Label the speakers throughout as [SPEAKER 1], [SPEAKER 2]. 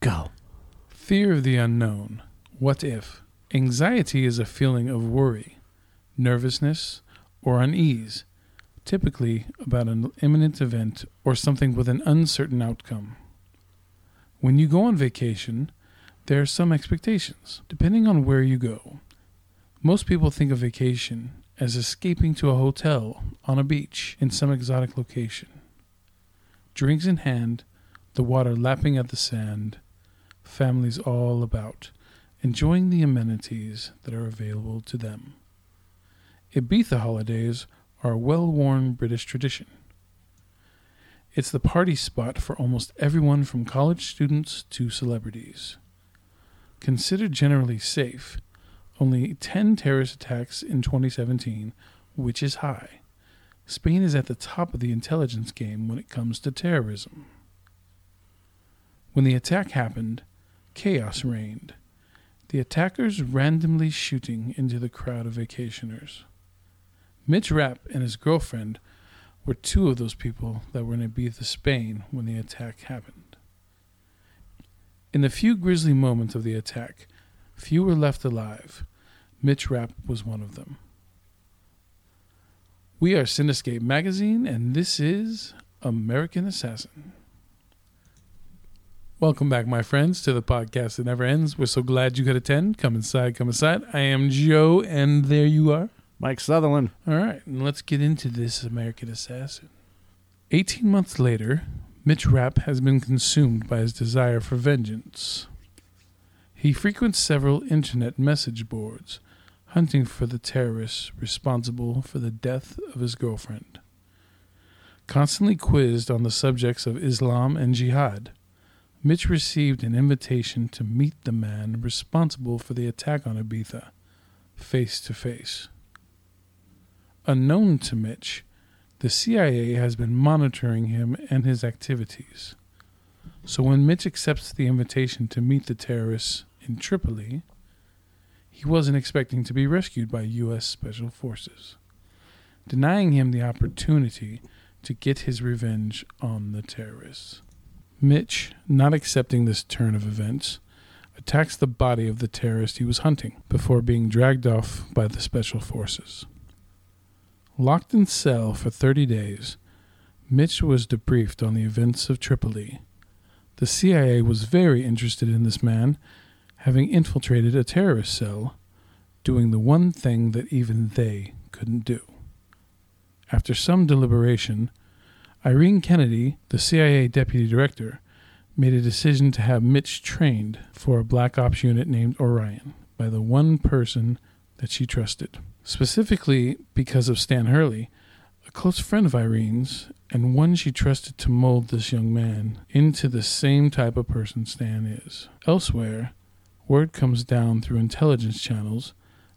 [SPEAKER 1] Go.
[SPEAKER 2] Fear of the unknown. What if? Anxiety is a feeling of worry, nervousness, or unease, typically about an imminent event or something with an uncertain outcome. When you go on vacation, there are some expectations, depending on where you go. Most people think of vacation as escaping to a hotel on a beach in some exotic location. Drinks in hand, the water lapping at the sand, families all about, enjoying the amenities that are available to them. Ibiza holidays are a well worn British tradition. It's the party spot for almost everyone from college students to celebrities. Considered generally safe, only 10 terrorist attacks in 2017, which is high. Spain is at the top of the intelligence game when it comes to terrorism. When the attack happened, chaos reigned. The attackers randomly shooting into the crowd of vacationers. Mitch Rapp and his girlfriend were two of those people that were in Ibiza, Spain when the attack happened. In the few grisly moments of the attack, few were left alive. Mitch Rapp was one of them. We are Cinescape Magazine, and this is American Assassin. Welcome back, my friends, to the podcast that never ends. We're so glad you could attend. Come inside, come inside. I am Joe, and there you are.
[SPEAKER 1] Mike Sutherland.
[SPEAKER 2] All right, and let's get into this American Assassin. 18 months later, Mitch Rapp has been consumed by his desire for vengeance. He frequents several internet message boards, hunting for the terrorists responsible for the death of his girlfriend. Constantly quizzed on the subjects of Islam and jihad, Mitch received an invitation to meet the man responsible for the attack on Ibiza face to face. Unknown to Mitch, the CIA has been monitoring him and his activities. So when Mitch accepts the invitation to meet the terrorists in Tripoli, he wasn't expecting to be rescued by U.S. Special Forces, denying him the opportunity to get his revenge on the terrorists. Mitch, not accepting this turn of events, attacks the body of the terrorist he was hunting before being dragged off by the Special Forces. Locked in cell for 30 days, Mitch was debriefed on the events of Tripoli. The CIA was very interested in this man, having infiltrated a terrorist cell, doing the one thing that even they couldn't do. After some deliberation, Irene Kennedy, the CIA deputy director, made a decision to have Mitch trained for a black ops unit named Orion by the one person that she trusted. Specifically because of Stan Hurley, a close friend of Irene's and one she trusted to mold this young man into the same type of person Stan is. Elsewhere, word comes down through intelligence channels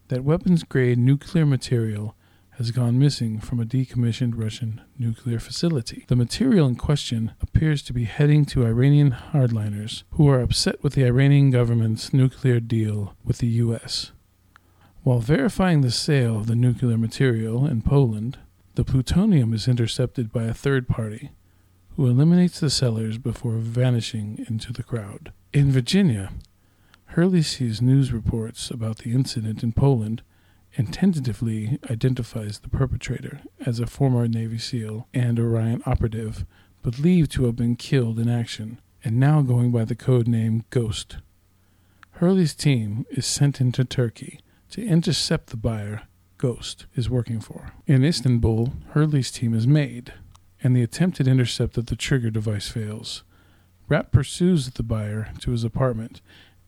[SPEAKER 2] that weapons grade nuclear material has gone missing from a decommissioned Russian nuclear facility. The material in question appears to be heading to Iranian hardliners who are upset with the Iranian government's nuclear deal with the U.S. While verifying the sale of the nuclear material in Poland, the plutonium is intercepted by a third party who eliminates the sellers before vanishing into the crowd. In Virginia, Hurley sees news reports about the incident in Poland and tentatively identifies the perpetrator as a former Navy SEAL and Orion operative believed to have been killed in action and now going by the code name Ghost. Hurley's team is sent into Turkey to intercept the buyer Ghost is working for. In Istanbul, Hurley's team is made, and the attempted intercept of the trigger device fails. Rapp pursues the buyer to his apartment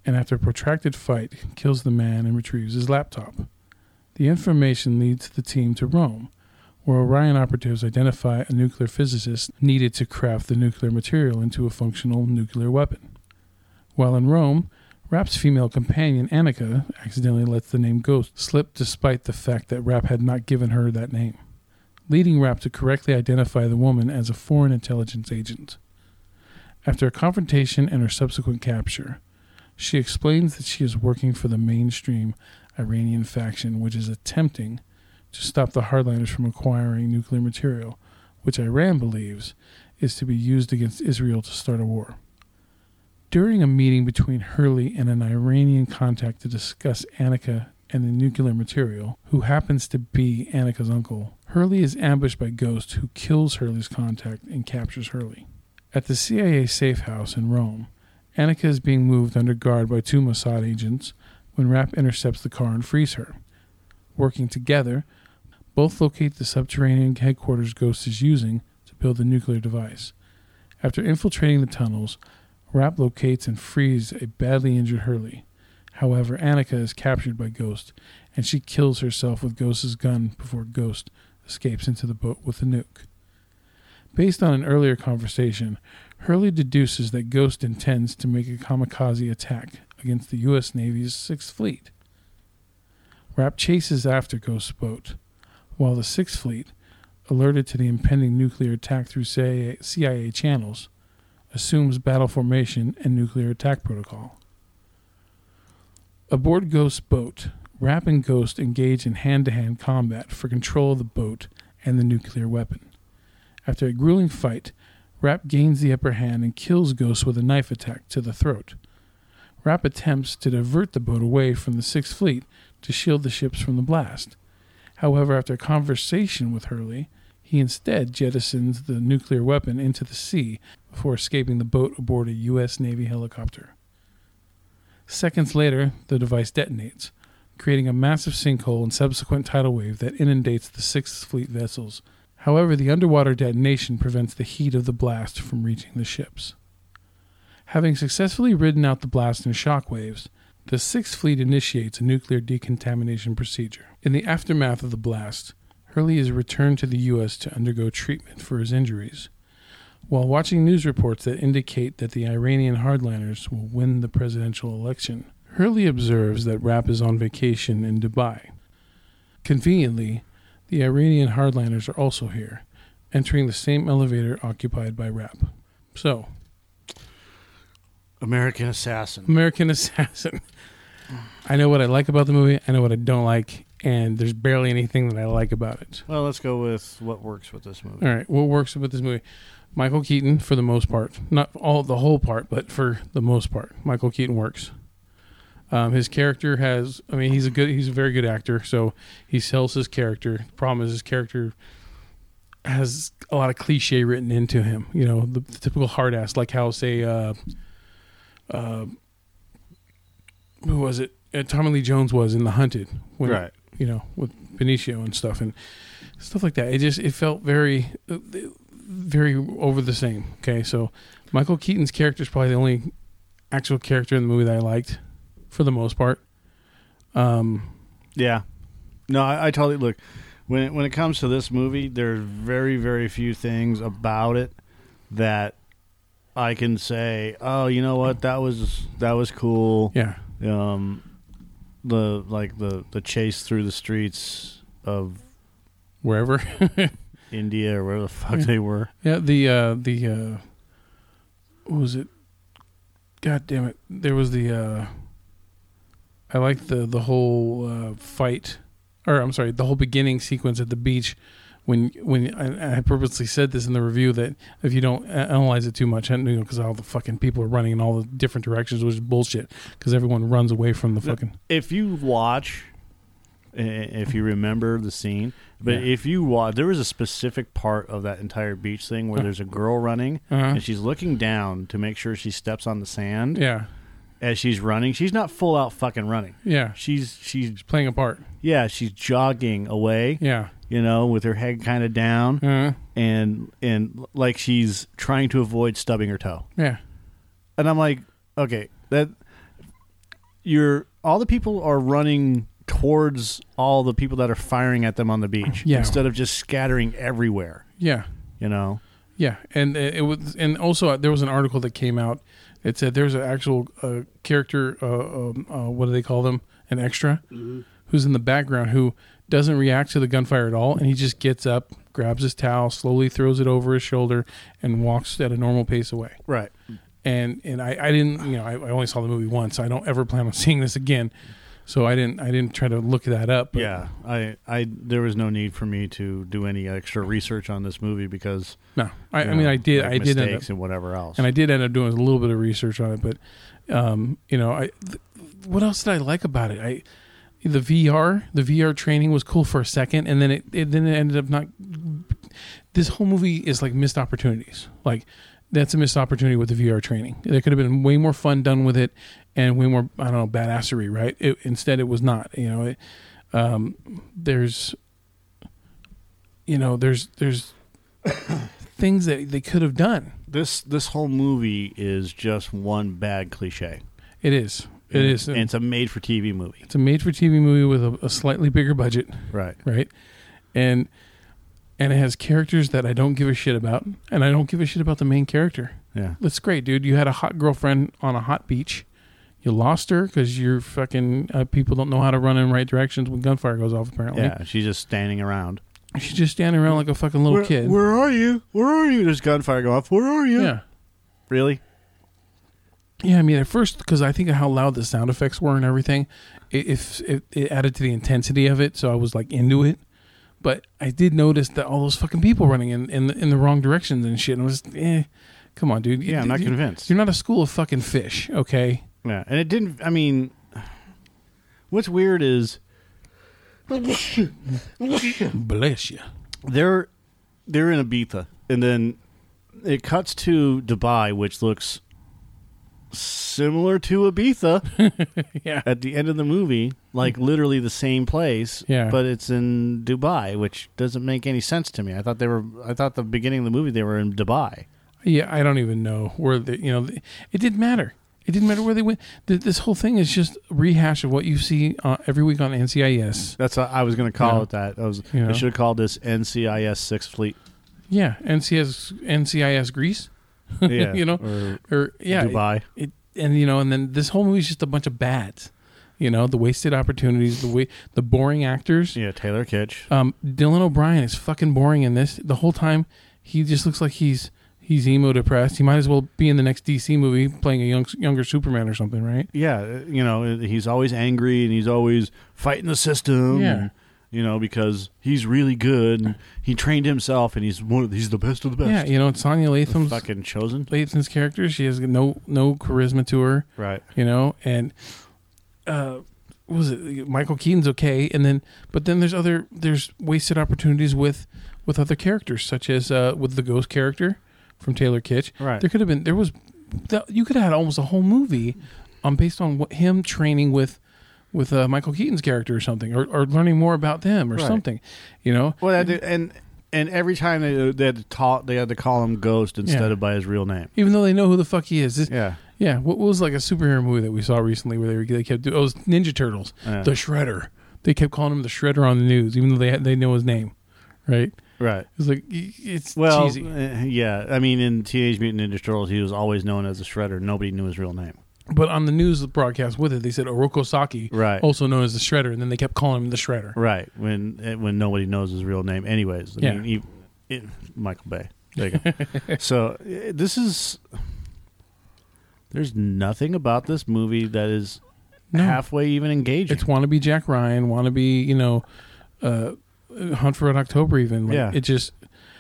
[SPEAKER 2] and after a protracted fight kills the man and retrieves his laptop. The information leads the team to Rome, where Orion operatives identify a nuclear physicist needed to craft the nuclear material into a functional nuclear weapon. While in Rome, Rapp's female companion, Annika, accidentally lets the name Ghost slip despite the fact that Rapp had not given her that name, leading Rapp to correctly identify the woman as a foreign intelligence agent. After a confrontation and her subsequent capture, she explains that she is working for the mainstream Iranian faction which is attempting to stop the hardliners from acquiring nuclear material, which Iran believes is to be used against Israel to start a war. During a meeting between Hurley and an Iranian contact to discuss Annika and the nuclear material, who happens to be Annika's uncle, Hurley is ambushed by Ghost, who kills Hurley's contact and captures Hurley. At the CIA safe house in Rome, Annika is being moved under guard by two Mossad agents when Rapp intercepts the car and frees her. Working together, both locate the subterranean headquarters Ghost is using to build the nuclear device. After infiltrating the tunnels, Rapp locates and frees a badly injured Hurley. However, Annika is captured by Ghost, and she kills herself with Ghost's gun before Ghost escapes into the boat with the nuke. Based on an earlier conversation, Hurley deduces that Ghost intends to make a kamikaze attack against the U.S. Navy's Sixth Fleet. Rapp chases after Ghost's boat, while the Sixth Fleet, alerted to the impending nuclear attack through CIA, CIA channels, assumes battle formation and nuclear attack protocol. Aboard Ghost's boat, Rapp and Ghost engage in hand to hand combat for control of the boat and the nuclear weapon. After a grueling fight, Rapp gains the upper hand and kills Ghost with a knife attack to the throat. Rapp attempts to divert the boat away from the Sixth Fleet to shield the ships from the blast. However, after a conversation with Hurley, he instead jettisons the nuclear weapon into the sea before escaping the boat aboard a U.S. Navy helicopter. Seconds later, the device detonates, creating a massive sinkhole and subsequent tidal wave that inundates the Sixth Fleet vessels. However, the underwater detonation prevents the heat of the blast from reaching the ships. Having successfully ridden out the blast and shock waves, the Sixth Fleet initiates a nuclear decontamination procedure. In the aftermath of the blast, Hurley is returned to the U.S. to undergo treatment for his injuries. While watching news reports that indicate that the Iranian hardliners will win the presidential election, Hurley observes that Rapp is on vacation in Dubai. Conveniently, the Iranian hardliners are also here, entering the same elevator occupied by Rapp. So,
[SPEAKER 1] American Assassin.
[SPEAKER 2] American Assassin. I know what I like about the movie. I know what I don't like, and there's barely anything that I like about it.
[SPEAKER 1] Well, let's go with what works with this movie.
[SPEAKER 2] All right, what works about this movie? Michael Keaton, for the most part, not all the whole part, but for the most part, Michael Keaton works. Um, his character has, I mean, he's a good, he's a very good actor, so he sells his character. Problem is, his character has a lot of cliche written into him. You know, the, the typical hard ass, like how say, uh, uh, who was it? Uh, Tommy Lee Jones was in The Hunted, when,
[SPEAKER 1] Right.
[SPEAKER 2] You know, with Benicio and stuff and stuff like that. It just it felt very, uh, very over the same. Okay, so Michael Keaton's character is probably the only actual character in the movie that I liked, for the most part. Um,
[SPEAKER 1] Yeah. No, I, I totally look. When it, when it comes to this movie, there's very very few things about it that I can say. Oh, you know what? That was that was cool.
[SPEAKER 2] yeah,
[SPEAKER 1] Um, the like the the chase through the streets of
[SPEAKER 2] wherever.
[SPEAKER 1] India or where the fuck
[SPEAKER 2] Yeah.
[SPEAKER 1] they were.
[SPEAKER 2] yeah, the uh, the uh, what was it? God damn it! There was the uh, I like the the whole uh, fight, or I'm sorry, the whole beginning sequence at the beach. When when I, I purposely said this in the review that if you don't a- analyze it too much, and, you know, because all the fucking people are running in all the different directions, which is bullshit. Because everyone runs away from the
[SPEAKER 1] No.
[SPEAKER 2] fucking
[SPEAKER 1] If you watch, i- if you remember the scene, but
[SPEAKER 2] Yeah.
[SPEAKER 1] if you watch, there was a specific part of that entire beach thing where
[SPEAKER 2] Huh.
[SPEAKER 1] there's a girl running
[SPEAKER 2] uh,
[SPEAKER 1] and she's looking down to make sure she steps on the sand
[SPEAKER 2] yeah
[SPEAKER 1] as she's running. She's not full out fucking running.
[SPEAKER 2] yeah
[SPEAKER 1] She's she's
[SPEAKER 2] playing a part
[SPEAKER 1] yeah, she's jogging away,
[SPEAKER 2] yeah
[SPEAKER 1] you know, with her head kind of down
[SPEAKER 2] uh,
[SPEAKER 1] and and like she's trying to avoid stubbing her toe.
[SPEAKER 2] yeah
[SPEAKER 1] And I'm like, okay, that you're all the people are running towards all the people that are firing at them on the beach
[SPEAKER 2] Yeah.
[SPEAKER 1] instead of just scattering everywhere,
[SPEAKER 2] yeah.
[SPEAKER 1] you know.
[SPEAKER 2] Yeah, and it it was, and also uh, there was an article that came out. It said there's an actual uh, character. Uh, um, uh, what do they call them? An extra
[SPEAKER 1] Mm-hmm.
[SPEAKER 2] who's in the background who doesn't react to the gunfire at all, and he just gets up, grabs his towel, slowly throws it over his shoulder, and walks at a normal pace away.
[SPEAKER 1] Right.
[SPEAKER 2] And and I, I didn't, you know, I, I only saw the movie once. I don't ever plan on seeing this again. So I didn't I didn't try to look that up. but
[SPEAKER 1] yeah, I, I, there was no need for me to do any extra research on this movie because
[SPEAKER 2] No. I,
[SPEAKER 1] you
[SPEAKER 2] I mean
[SPEAKER 1] know,
[SPEAKER 2] I did
[SPEAKER 1] like
[SPEAKER 2] I did end up
[SPEAKER 1] mistakes and whatever else.
[SPEAKER 2] and I did end up doing a little bit of research on it, but um, you know, I th- what else did I like about it? I the VR, the VR training was cool for a second, and then it, it then it ended up not. This whole movie is like missed opportunities. Like that's a missed opportunity with the VR training. There could have been way more fun done with it, and way more I don't know badassery, right? It, instead, it was not. You know, it, um, there's, you know, there's there's things that they could have done.
[SPEAKER 1] this this whole movie is just one bad cliche.
[SPEAKER 2] It is. It is.
[SPEAKER 1] and it's a made for TV movie,
[SPEAKER 2] It's a made-for-TV movie with a, a slightly bigger budget,
[SPEAKER 1] right?
[SPEAKER 2] right? And and it has characters that I don't give a shit about, and I don't give a shit about the main character.
[SPEAKER 1] Yeah,
[SPEAKER 2] That's great, dude. You had a hot girlfriend on a hot beach. You lost her because you're fucking uh, people don't know how to run in right directions when gunfire goes off. Apparently,
[SPEAKER 1] yeah. She's just standing around.
[SPEAKER 2] she's just standing around like a fucking little
[SPEAKER 1] where,
[SPEAKER 2] kid.
[SPEAKER 1] Where are you? Where are you? There's gunfire going off. Where are you?
[SPEAKER 2] yeah,
[SPEAKER 1] Really?
[SPEAKER 2] yeah. I mean, at first, because I think of how loud the sound effects were and everything, it, if it, it added to the intensity of it, so I was like into it. But I did notice that all those fucking people running in in the, in the wrong directions and shit. And I was, eh, come on, dude. You-
[SPEAKER 1] Yeah, I'm not
[SPEAKER 2] you-
[SPEAKER 1] convinced.
[SPEAKER 2] You're not a school of fucking fish, okay?
[SPEAKER 1] Yeah, and it didn't. I mean, what's weird is
[SPEAKER 2] Bless you.
[SPEAKER 1] they're they're in Ibiza, and then it cuts to Dubai, which looks similar to Ibiza
[SPEAKER 2] yeah.
[SPEAKER 1] at the end of the movie, like literally the same place.
[SPEAKER 2] Yeah.
[SPEAKER 1] but it's in Dubai, which doesn't make any sense to me. I thought they were. I thought the beginning of the movie they were in Dubai.
[SPEAKER 2] Yeah, I don't even know where the you know the- it didn't matter. It didn't matter where they went. Th- This whole thing is just a rehash of what you see uh, every week on NCIS.
[SPEAKER 1] That's I was going to call
[SPEAKER 2] Yeah.
[SPEAKER 1] it that. I was.
[SPEAKER 2] Yeah.
[SPEAKER 1] I should have called this NCIS Sixth Fleet.
[SPEAKER 2] Yeah, NCIS NCIS Greece.
[SPEAKER 1] Yeah,
[SPEAKER 2] You know,
[SPEAKER 1] or
[SPEAKER 2] or yeah, it-
[SPEAKER 1] Dubai.
[SPEAKER 2] it, and you know, and then this whole movie's just a bunch of bads. You know, the wasted opportunities, the way the boring actors.
[SPEAKER 1] yeah, Taylor Kitsch.
[SPEAKER 2] Um, Dylan O'Brien is fucking boring in this. The whole time, he just looks like he's he's emo depressed. He might as well be in the next DC movie playing a young younger Superman or something, right?
[SPEAKER 1] yeah, uh, you know, he's always angry and he's always fighting the system.
[SPEAKER 2] Yeah.
[SPEAKER 1] and, you know, because he's really good and he trained himself and he's one of, he's the best of the
[SPEAKER 2] Yeah,
[SPEAKER 1] best.
[SPEAKER 2] you know, and Sonya Latham's
[SPEAKER 1] Fucking chosen.
[SPEAKER 2] Latham's character. She has no no charisma to her,
[SPEAKER 1] Right.
[SPEAKER 2] you know, and uh, what was it Michael Keaton's okay, and then but then there's other there's wasted opportunities with with other characters such as uh, with the ghost character from Taylor Kitsch.
[SPEAKER 1] Right.
[SPEAKER 2] There could have been there was that you could have had almost a whole movie um based on what, him training with with uh, Michael Keaton's character or something or, or learning more about them or
[SPEAKER 1] Right.
[SPEAKER 2] something, you know.
[SPEAKER 1] Well, that, and and every time they uh, they had to talk, they had to call him Ghost instead
[SPEAKER 2] Yeah.
[SPEAKER 1] of by his real name.
[SPEAKER 2] Even though they know who the fuck he is, this,
[SPEAKER 1] Yeah.
[SPEAKER 2] Yeah, what what was like a superhero movie that we saw recently where they, were, they kept doing? Oh, it was Ninja Turtles,
[SPEAKER 1] Yeah.
[SPEAKER 2] the Shredder. They kept calling him the Shredder on the news, even though they had, they know his name, right?
[SPEAKER 1] Right.
[SPEAKER 2] It's like y- it's
[SPEAKER 1] Well,
[SPEAKER 2] cheesy.
[SPEAKER 1] eh, yeah. I mean, in Teenage Mutant Ninja Turtles, he was always known as the Shredder. Nobody knew his real name.
[SPEAKER 2] But on the news broadcast with it, they said Oroko Saki,
[SPEAKER 1] Right.
[SPEAKER 2] also known as the Shredder, and then they kept calling him the Shredder.
[SPEAKER 1] Right. When eh, when nobody knows his real name, anyways. I
[SPEAKER 2] Yeah.
[SPEAKER 1] mean, he, it, Michael Bay. There you go. so eh, this is. There's nothing about this movie that is
[SPEAKER 2] No.
[SPEAKER 1] halfway even engaging.
[SPEAKER 2] It's wannabe Jack Ryan, wannabe you know, uh, Hunt for Red October. Even like,
[SPEAKER 1] Yeah.
[SPEAKER 2] it just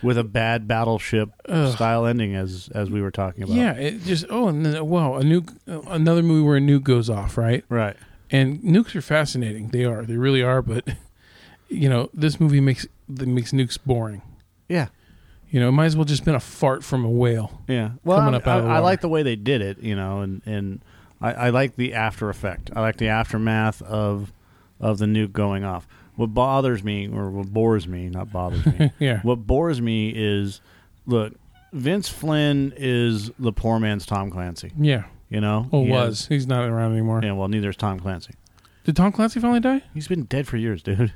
[SPEAKER 1] with a bad battleship
[SPEAKER 2] Ugh.
[SPEAKER 1] style ending, as as we were talking about.
[SPEAKER 2] yeah, it just oh, and then wow, a nuke, another movie where a nuke goes off, right?
[SPEAKER 1] Right.
[SPEAKER 2] And nukes are fascinating. They are. They really are. But you know, this movie makes that makes nukes boring.
[SPEAKER 1] Yeah.
[SPEAKER 2] You know, it might as well just been a fart from a whale.
[SPEAKER 1] Yeah. Well,
[SPEAKER 2] Coming
[SPEAKER 1] I,
[SPEAKER 2] up out of the
[SPEAKER 1] I, I
[SPEAKER 2] water.
[SPEAKER 1] like the way they did it, you know, and and I, I like the after effect. I like the aftermath of of the nuke going off. What bothers me, or what bores me, not bothers me.
[SPEAKER 2] Yeah.
[SPEAKER 1] What bores me is, look, Vince Flynn is the poor man's Tom Clancy.
[SPEAKER 2] Yeah.
[SPEAKER 1] You know,
[SPEAKER 2] Well,
[SPEAKER 1] He
[SPEAKER 2] Oh, was he's not around anymore?
[SPEAKER 1] has- yeah. Well, neither is Tom Clancy.
[SPEAKER 2] Did Tom Clancy finally die?
[SPEAKER 1] He's been dead for years, dude.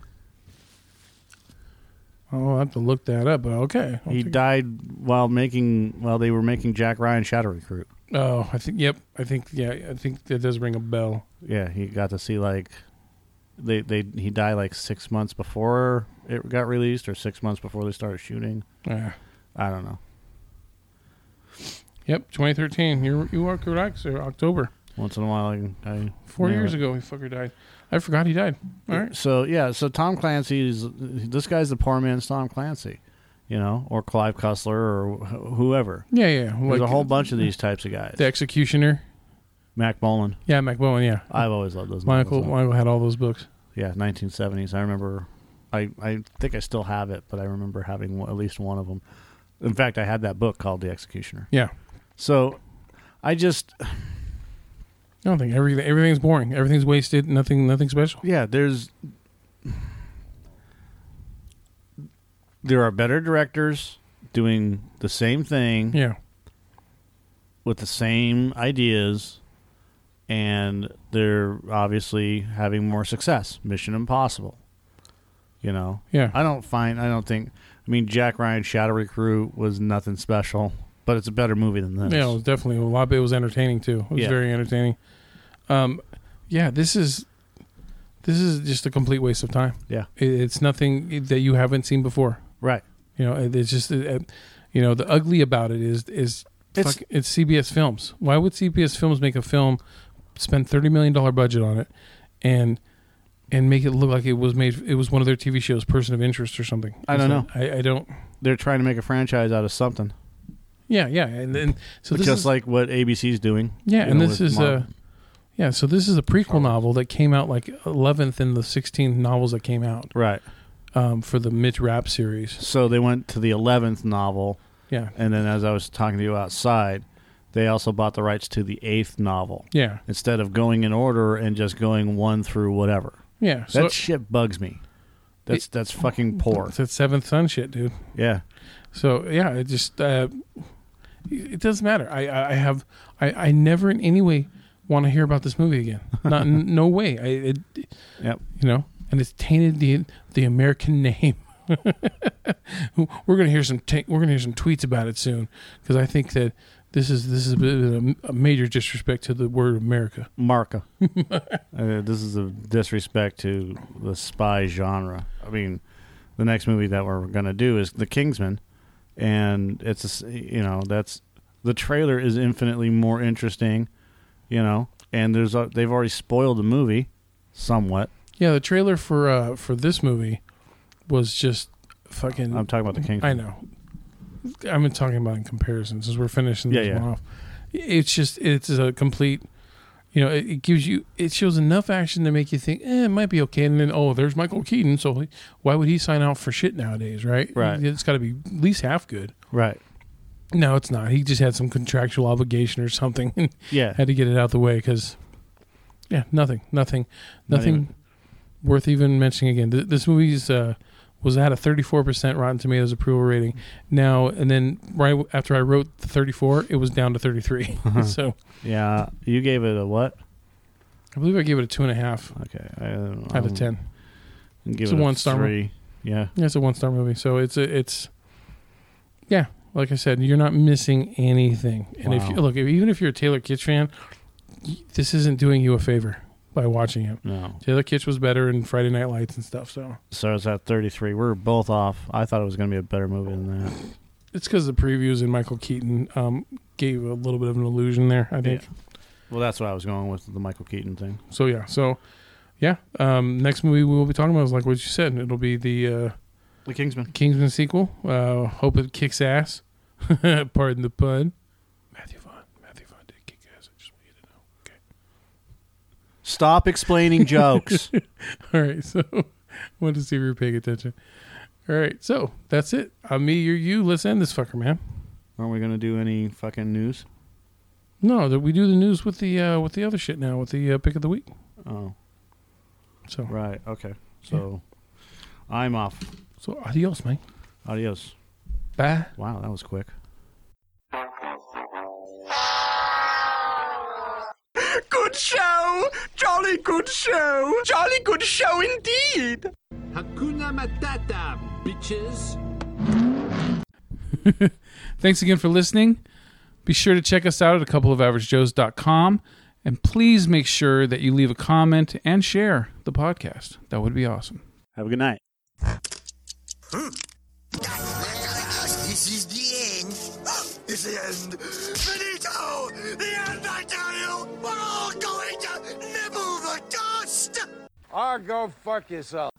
[SPEAKER 2] Oh, I have to look that up. But okay. I'll
[SPEAKER 1] He
[SPEAKER 2] take-
[SPEAKER 1] died while making while they were making Jack Ryan Shadow Recruit.
[SPEAKER 2] Oh, I think. Yep. I think. Yeah. I think that does ring a bell.
[SPEAKER 1] Yeah, he got to see like they they he died like six months before it got released, or six months before they started shooting.
[SPEAKER 2] Yeah.
[SPEAKER 1] I don't know.
[SPEAKER 2] Yep. 2013. You you are correct, sir. October.
[SPEAKER 1] Once in a while, I, can- I
[SPEAKER 2] Four
[SPEAKER 1] nail
[SPEAKER 2] years
[SPEAKER 1] it.
[SPEAKER 2] ago, he fucker died. I forgot he died. All right.
[SPEAKER 1] So yeah, so Tom Clancy is this guy's the poor man's Tom Clancy, you know, or Clive Cussler or wh- whoever.
[SPEAKER 2] Yeah, yeah.
[SPEAKER 1] There's
[SPEAKER 2] like
[SPEAKER 1] a whole bunch of these types of guys.
[SPEAKER 2] The Executioner.
[SPEAKER 1] Mac Mullen.
[SPEAKER 2] Yeah, McMullen. Yeah.
[SPEAKER 1] I've always loved those.
[SPEAKER 2] My
[SPEAKER 1] novels.
[SPEAKER 2] uncle, my uncle had all those books.
[SPEAKER 1] Yeah, 1970s. I remember. I I think I still have it, but I remember having one, at least one of them. In fact, I had that book called The Executioner.
[SPEAKER 2] Yeah.
[SPEAKER 1] So, I just
[SPEAKER 2] I don't think everything. Everything's boring. Everything's wasted. Nothing. Nothing special.
[SPEAKER 1] yeah, there's there are better directors doing the same thing
[SPEAKER 2] Yeah.
[SPEAKER 1] with the same ideas and they're obviously having more success. Mission Impossible. You know.
[SPEAKER 2] Yeah.
[SPEAKER 1] I don't find I don't think I mean Jack Ryan Shadowy Crew was nothing special, but it's a better movie than this.
[SPEAKER 2] Yeah, it was definitely a lot. It was entertaining too. It was
[SPEAKER 1] Yeah.
[SPEAKER 2] very entertaining. Um, yeah, this is this is just a complete waste of time.
[SPEAKER 1] Yeah.
[SPEAKER 2] it, it's nothing that you haven't seen before.
[SPEAKER 1] Right.
[SPEAKER 2] You know, it, it's just, uh, you know, the ugly about it is is
[SPEAKER 1] It's-
[SPEAKER 2] it's, fuck, it's CBS Films. Why would CBS Films make a film, spend thirty million dollar budget on it, and and make it look like it was made? It was one of their TV shows, Person of Interest or something.
[SPEAKER 1] I don't know.
[SPEAKER 2] I, I don't.
[SPEAKER 1] They're trying to make a franchise out of something.
[SPEAKER 2] Yeah, yeah, and then so this
[SPEAKER 1] just
[SPEAKER 2] is,
[SPEAKER 1] like what ABC's doing.
[SPEAKER 2] Yeah,
[SPEAKER 1] you
[SPEAKER 2] and
[SPEAKER 1] know,
[SPEAKER 2] this
[SPEAKER 1] with
[SPEAKER 2] is uh,
[SPEAKER 1] Marvel.
[SPEAKER 2] a yeah. So this is a prequel
[SPEAKER 1] Marvel.
[SPEAKER 2] novel that came out like eleventh in the sixteenth novels that came out
[SPEAKER 1] Right.
[SPEAKER 2] um, for the Mitch Rapp series.
[SPEAKER 1] So they went to the 11th novel
[SPEAKER 2] Yeah,
[SPEAKER 1] and then as I was talking to you outside, they also bought the rights to the 8th novel
[SPEAKER 2] yeah,
[SPEAKER 1] instead of going in order and just going 1 through whatever.
[SPEAKER 2] yeah. So
[SPEAKER 1] That shit bugs me. That's that's fucking poor.
[SPEAKER 2] it's that seventh son shit, dude.
[SPEAKER 1] Yeah.
[SPEAKER 2] So yeah, it just uh, it doesn't matter. I I I have I I never in any way want to hear about this movie again. Not n- no way. I it,
[SPEAKER 1] Yep.
[SPEAKER 2] you know, and it's tainted the the American name. we're gonna hear some ta- we're gonna hear some tweets about it soon because I think that this is this is a, bit of a major disrespect to the word America.
[SPEAKER 1] Marca. uh, this is a disrespect to the spy genre. I mean, the next movie that we're going to do is The Kingsman and it's a s you know, that's the trailer is infinitely more interesting, you know, and there's a, they've already spoiled the movie somewhat.
[SPEAKER 2] Yeah, the trailer for uh for this movie was just fucking.
[SPEAKER 1] I'm talking about The Kingsman.
[SPEAKER 2] Mm-hmm. I know. I've been talking about in comparison since we're finishing
[SPEAKER 1] Yeah,
[SPEAKER 2] this
[SPEAKER 1] yeah.
[SPEAKER 2] one off. It's just it's a complete. You know, it, it gives you it shows enough action to make you think eh, it might be okay, and then oh, there's Michael Keaton. So he- why would he sign out for shit nowadays, right?
[SPEAKER 1] Right.
[SPEAKER 2] It's got to be at least half good.
[SPEAKER 1] Right.
[SPEAKER 2] No, it's not. He just had some contractual obligation or something, and
[SPEAKER 1] Yeah.
[SPEAKER 2] had to get it out the way because, yeah, nothing, nothing,
[SPEAKER 1] Not
[SPEAKER 2] nothing
[SPEAKER 1] even-
[SPEAKER 2] worth even mentioning again. Th- this movie's uh, was at a 34% Rotten Tomatoes approval rating. Now and then, right w- after I wrote the 34, it was down to 33. so
[SPEAKER 1] Yeah. You gave it a what?
[SPEAKER 2] I believe I gave it a two and a half
[SPEAKER 1] Okay. I don't know.
[SPEAKER 2] out of ten.
[SPEAKER 1] I'd Give
[SPEAKER 2] It's
[SPEAKER 1] it
[SPEAKER 2] a
[SPEAKER 1] a
[SPEAKER 2] one-star mo-
[SPEAKER 1] three. Yeah.
[SPEAKER 2] Yeah, it's a one star movie. So it's a, it's yeah, like I said, you're not missing anything. And if
[SPEAKER 1] Wow.
[SPEAKER 2] you look, if, even if you're a Taylor Kitsch fan, y- this isn't doing you a favor by watching it.
[SPEAKER 1] No.
[SPEAKER 2] Taylor Kitsch was better in Friday Night Lights and stuff. So
[SPEAKER 1] So it's at 33. We're both off. I thought it was going to be a better movie than that.
[SPEAKER 2] it's because the previews and Michael Keaton um, gave a little bit of an illusion there. I think.
[SPEAKER 1] Well, that's what I was going with the Michael Keaton thing.
[SPEAKER 2] So yeah. So yeah. Um, next movie we will be talking about is like what you said. It'll be the uh,
[SPEAKER 1] The Kingsman.
[SPEAKER 2] Kingsman sequel. Uh, hope it kicks ass. Pardon the pun. Matthew Vaughn. Matthew Vaughn did kick ass. I just want you to know.
[SPEAKER 1] Stop explaining jokes.
[SPEAKER 2] All right. So want to see if you're paying attention. All right. So that's it. I'm me. You're you. Let's end this fucker, man.
[SPEAKER 1] Aren't we going to do any fucking news?
[SPEAKER 2] No, that we do the news with the uh, with the other shit now with the uh, pick of the week.
[SPEAKER 1] Oh,
[SPEAKER 2] So
[SPEAKER 1] right. Okay. So I'm off.
[SPEAKER 2] so adios, man.
[SPEAKER 1] Adios.
[SPEAKER 2] Bye.
[SPEAKER 1] Wow, that was quick.
[SPEAKER 3] Good show! Jolly good show! Jolly good show indeed!
[SPEAKER 4] Hakuna Matata, bitches.
[SPEAKER 2] Thanks again for listening. Be sure to check us out at a couple of averagejoes.com and please make sure that you leave a comment and share the podcast. That would be awesome.
[SPEAKER 1] Have a good night.
[SPEAKER 5] This is the end. is the end. Finito! The end, I tell you! We're all going to nibble the dust!
[SPEAKER 6] Or go fuck yourself.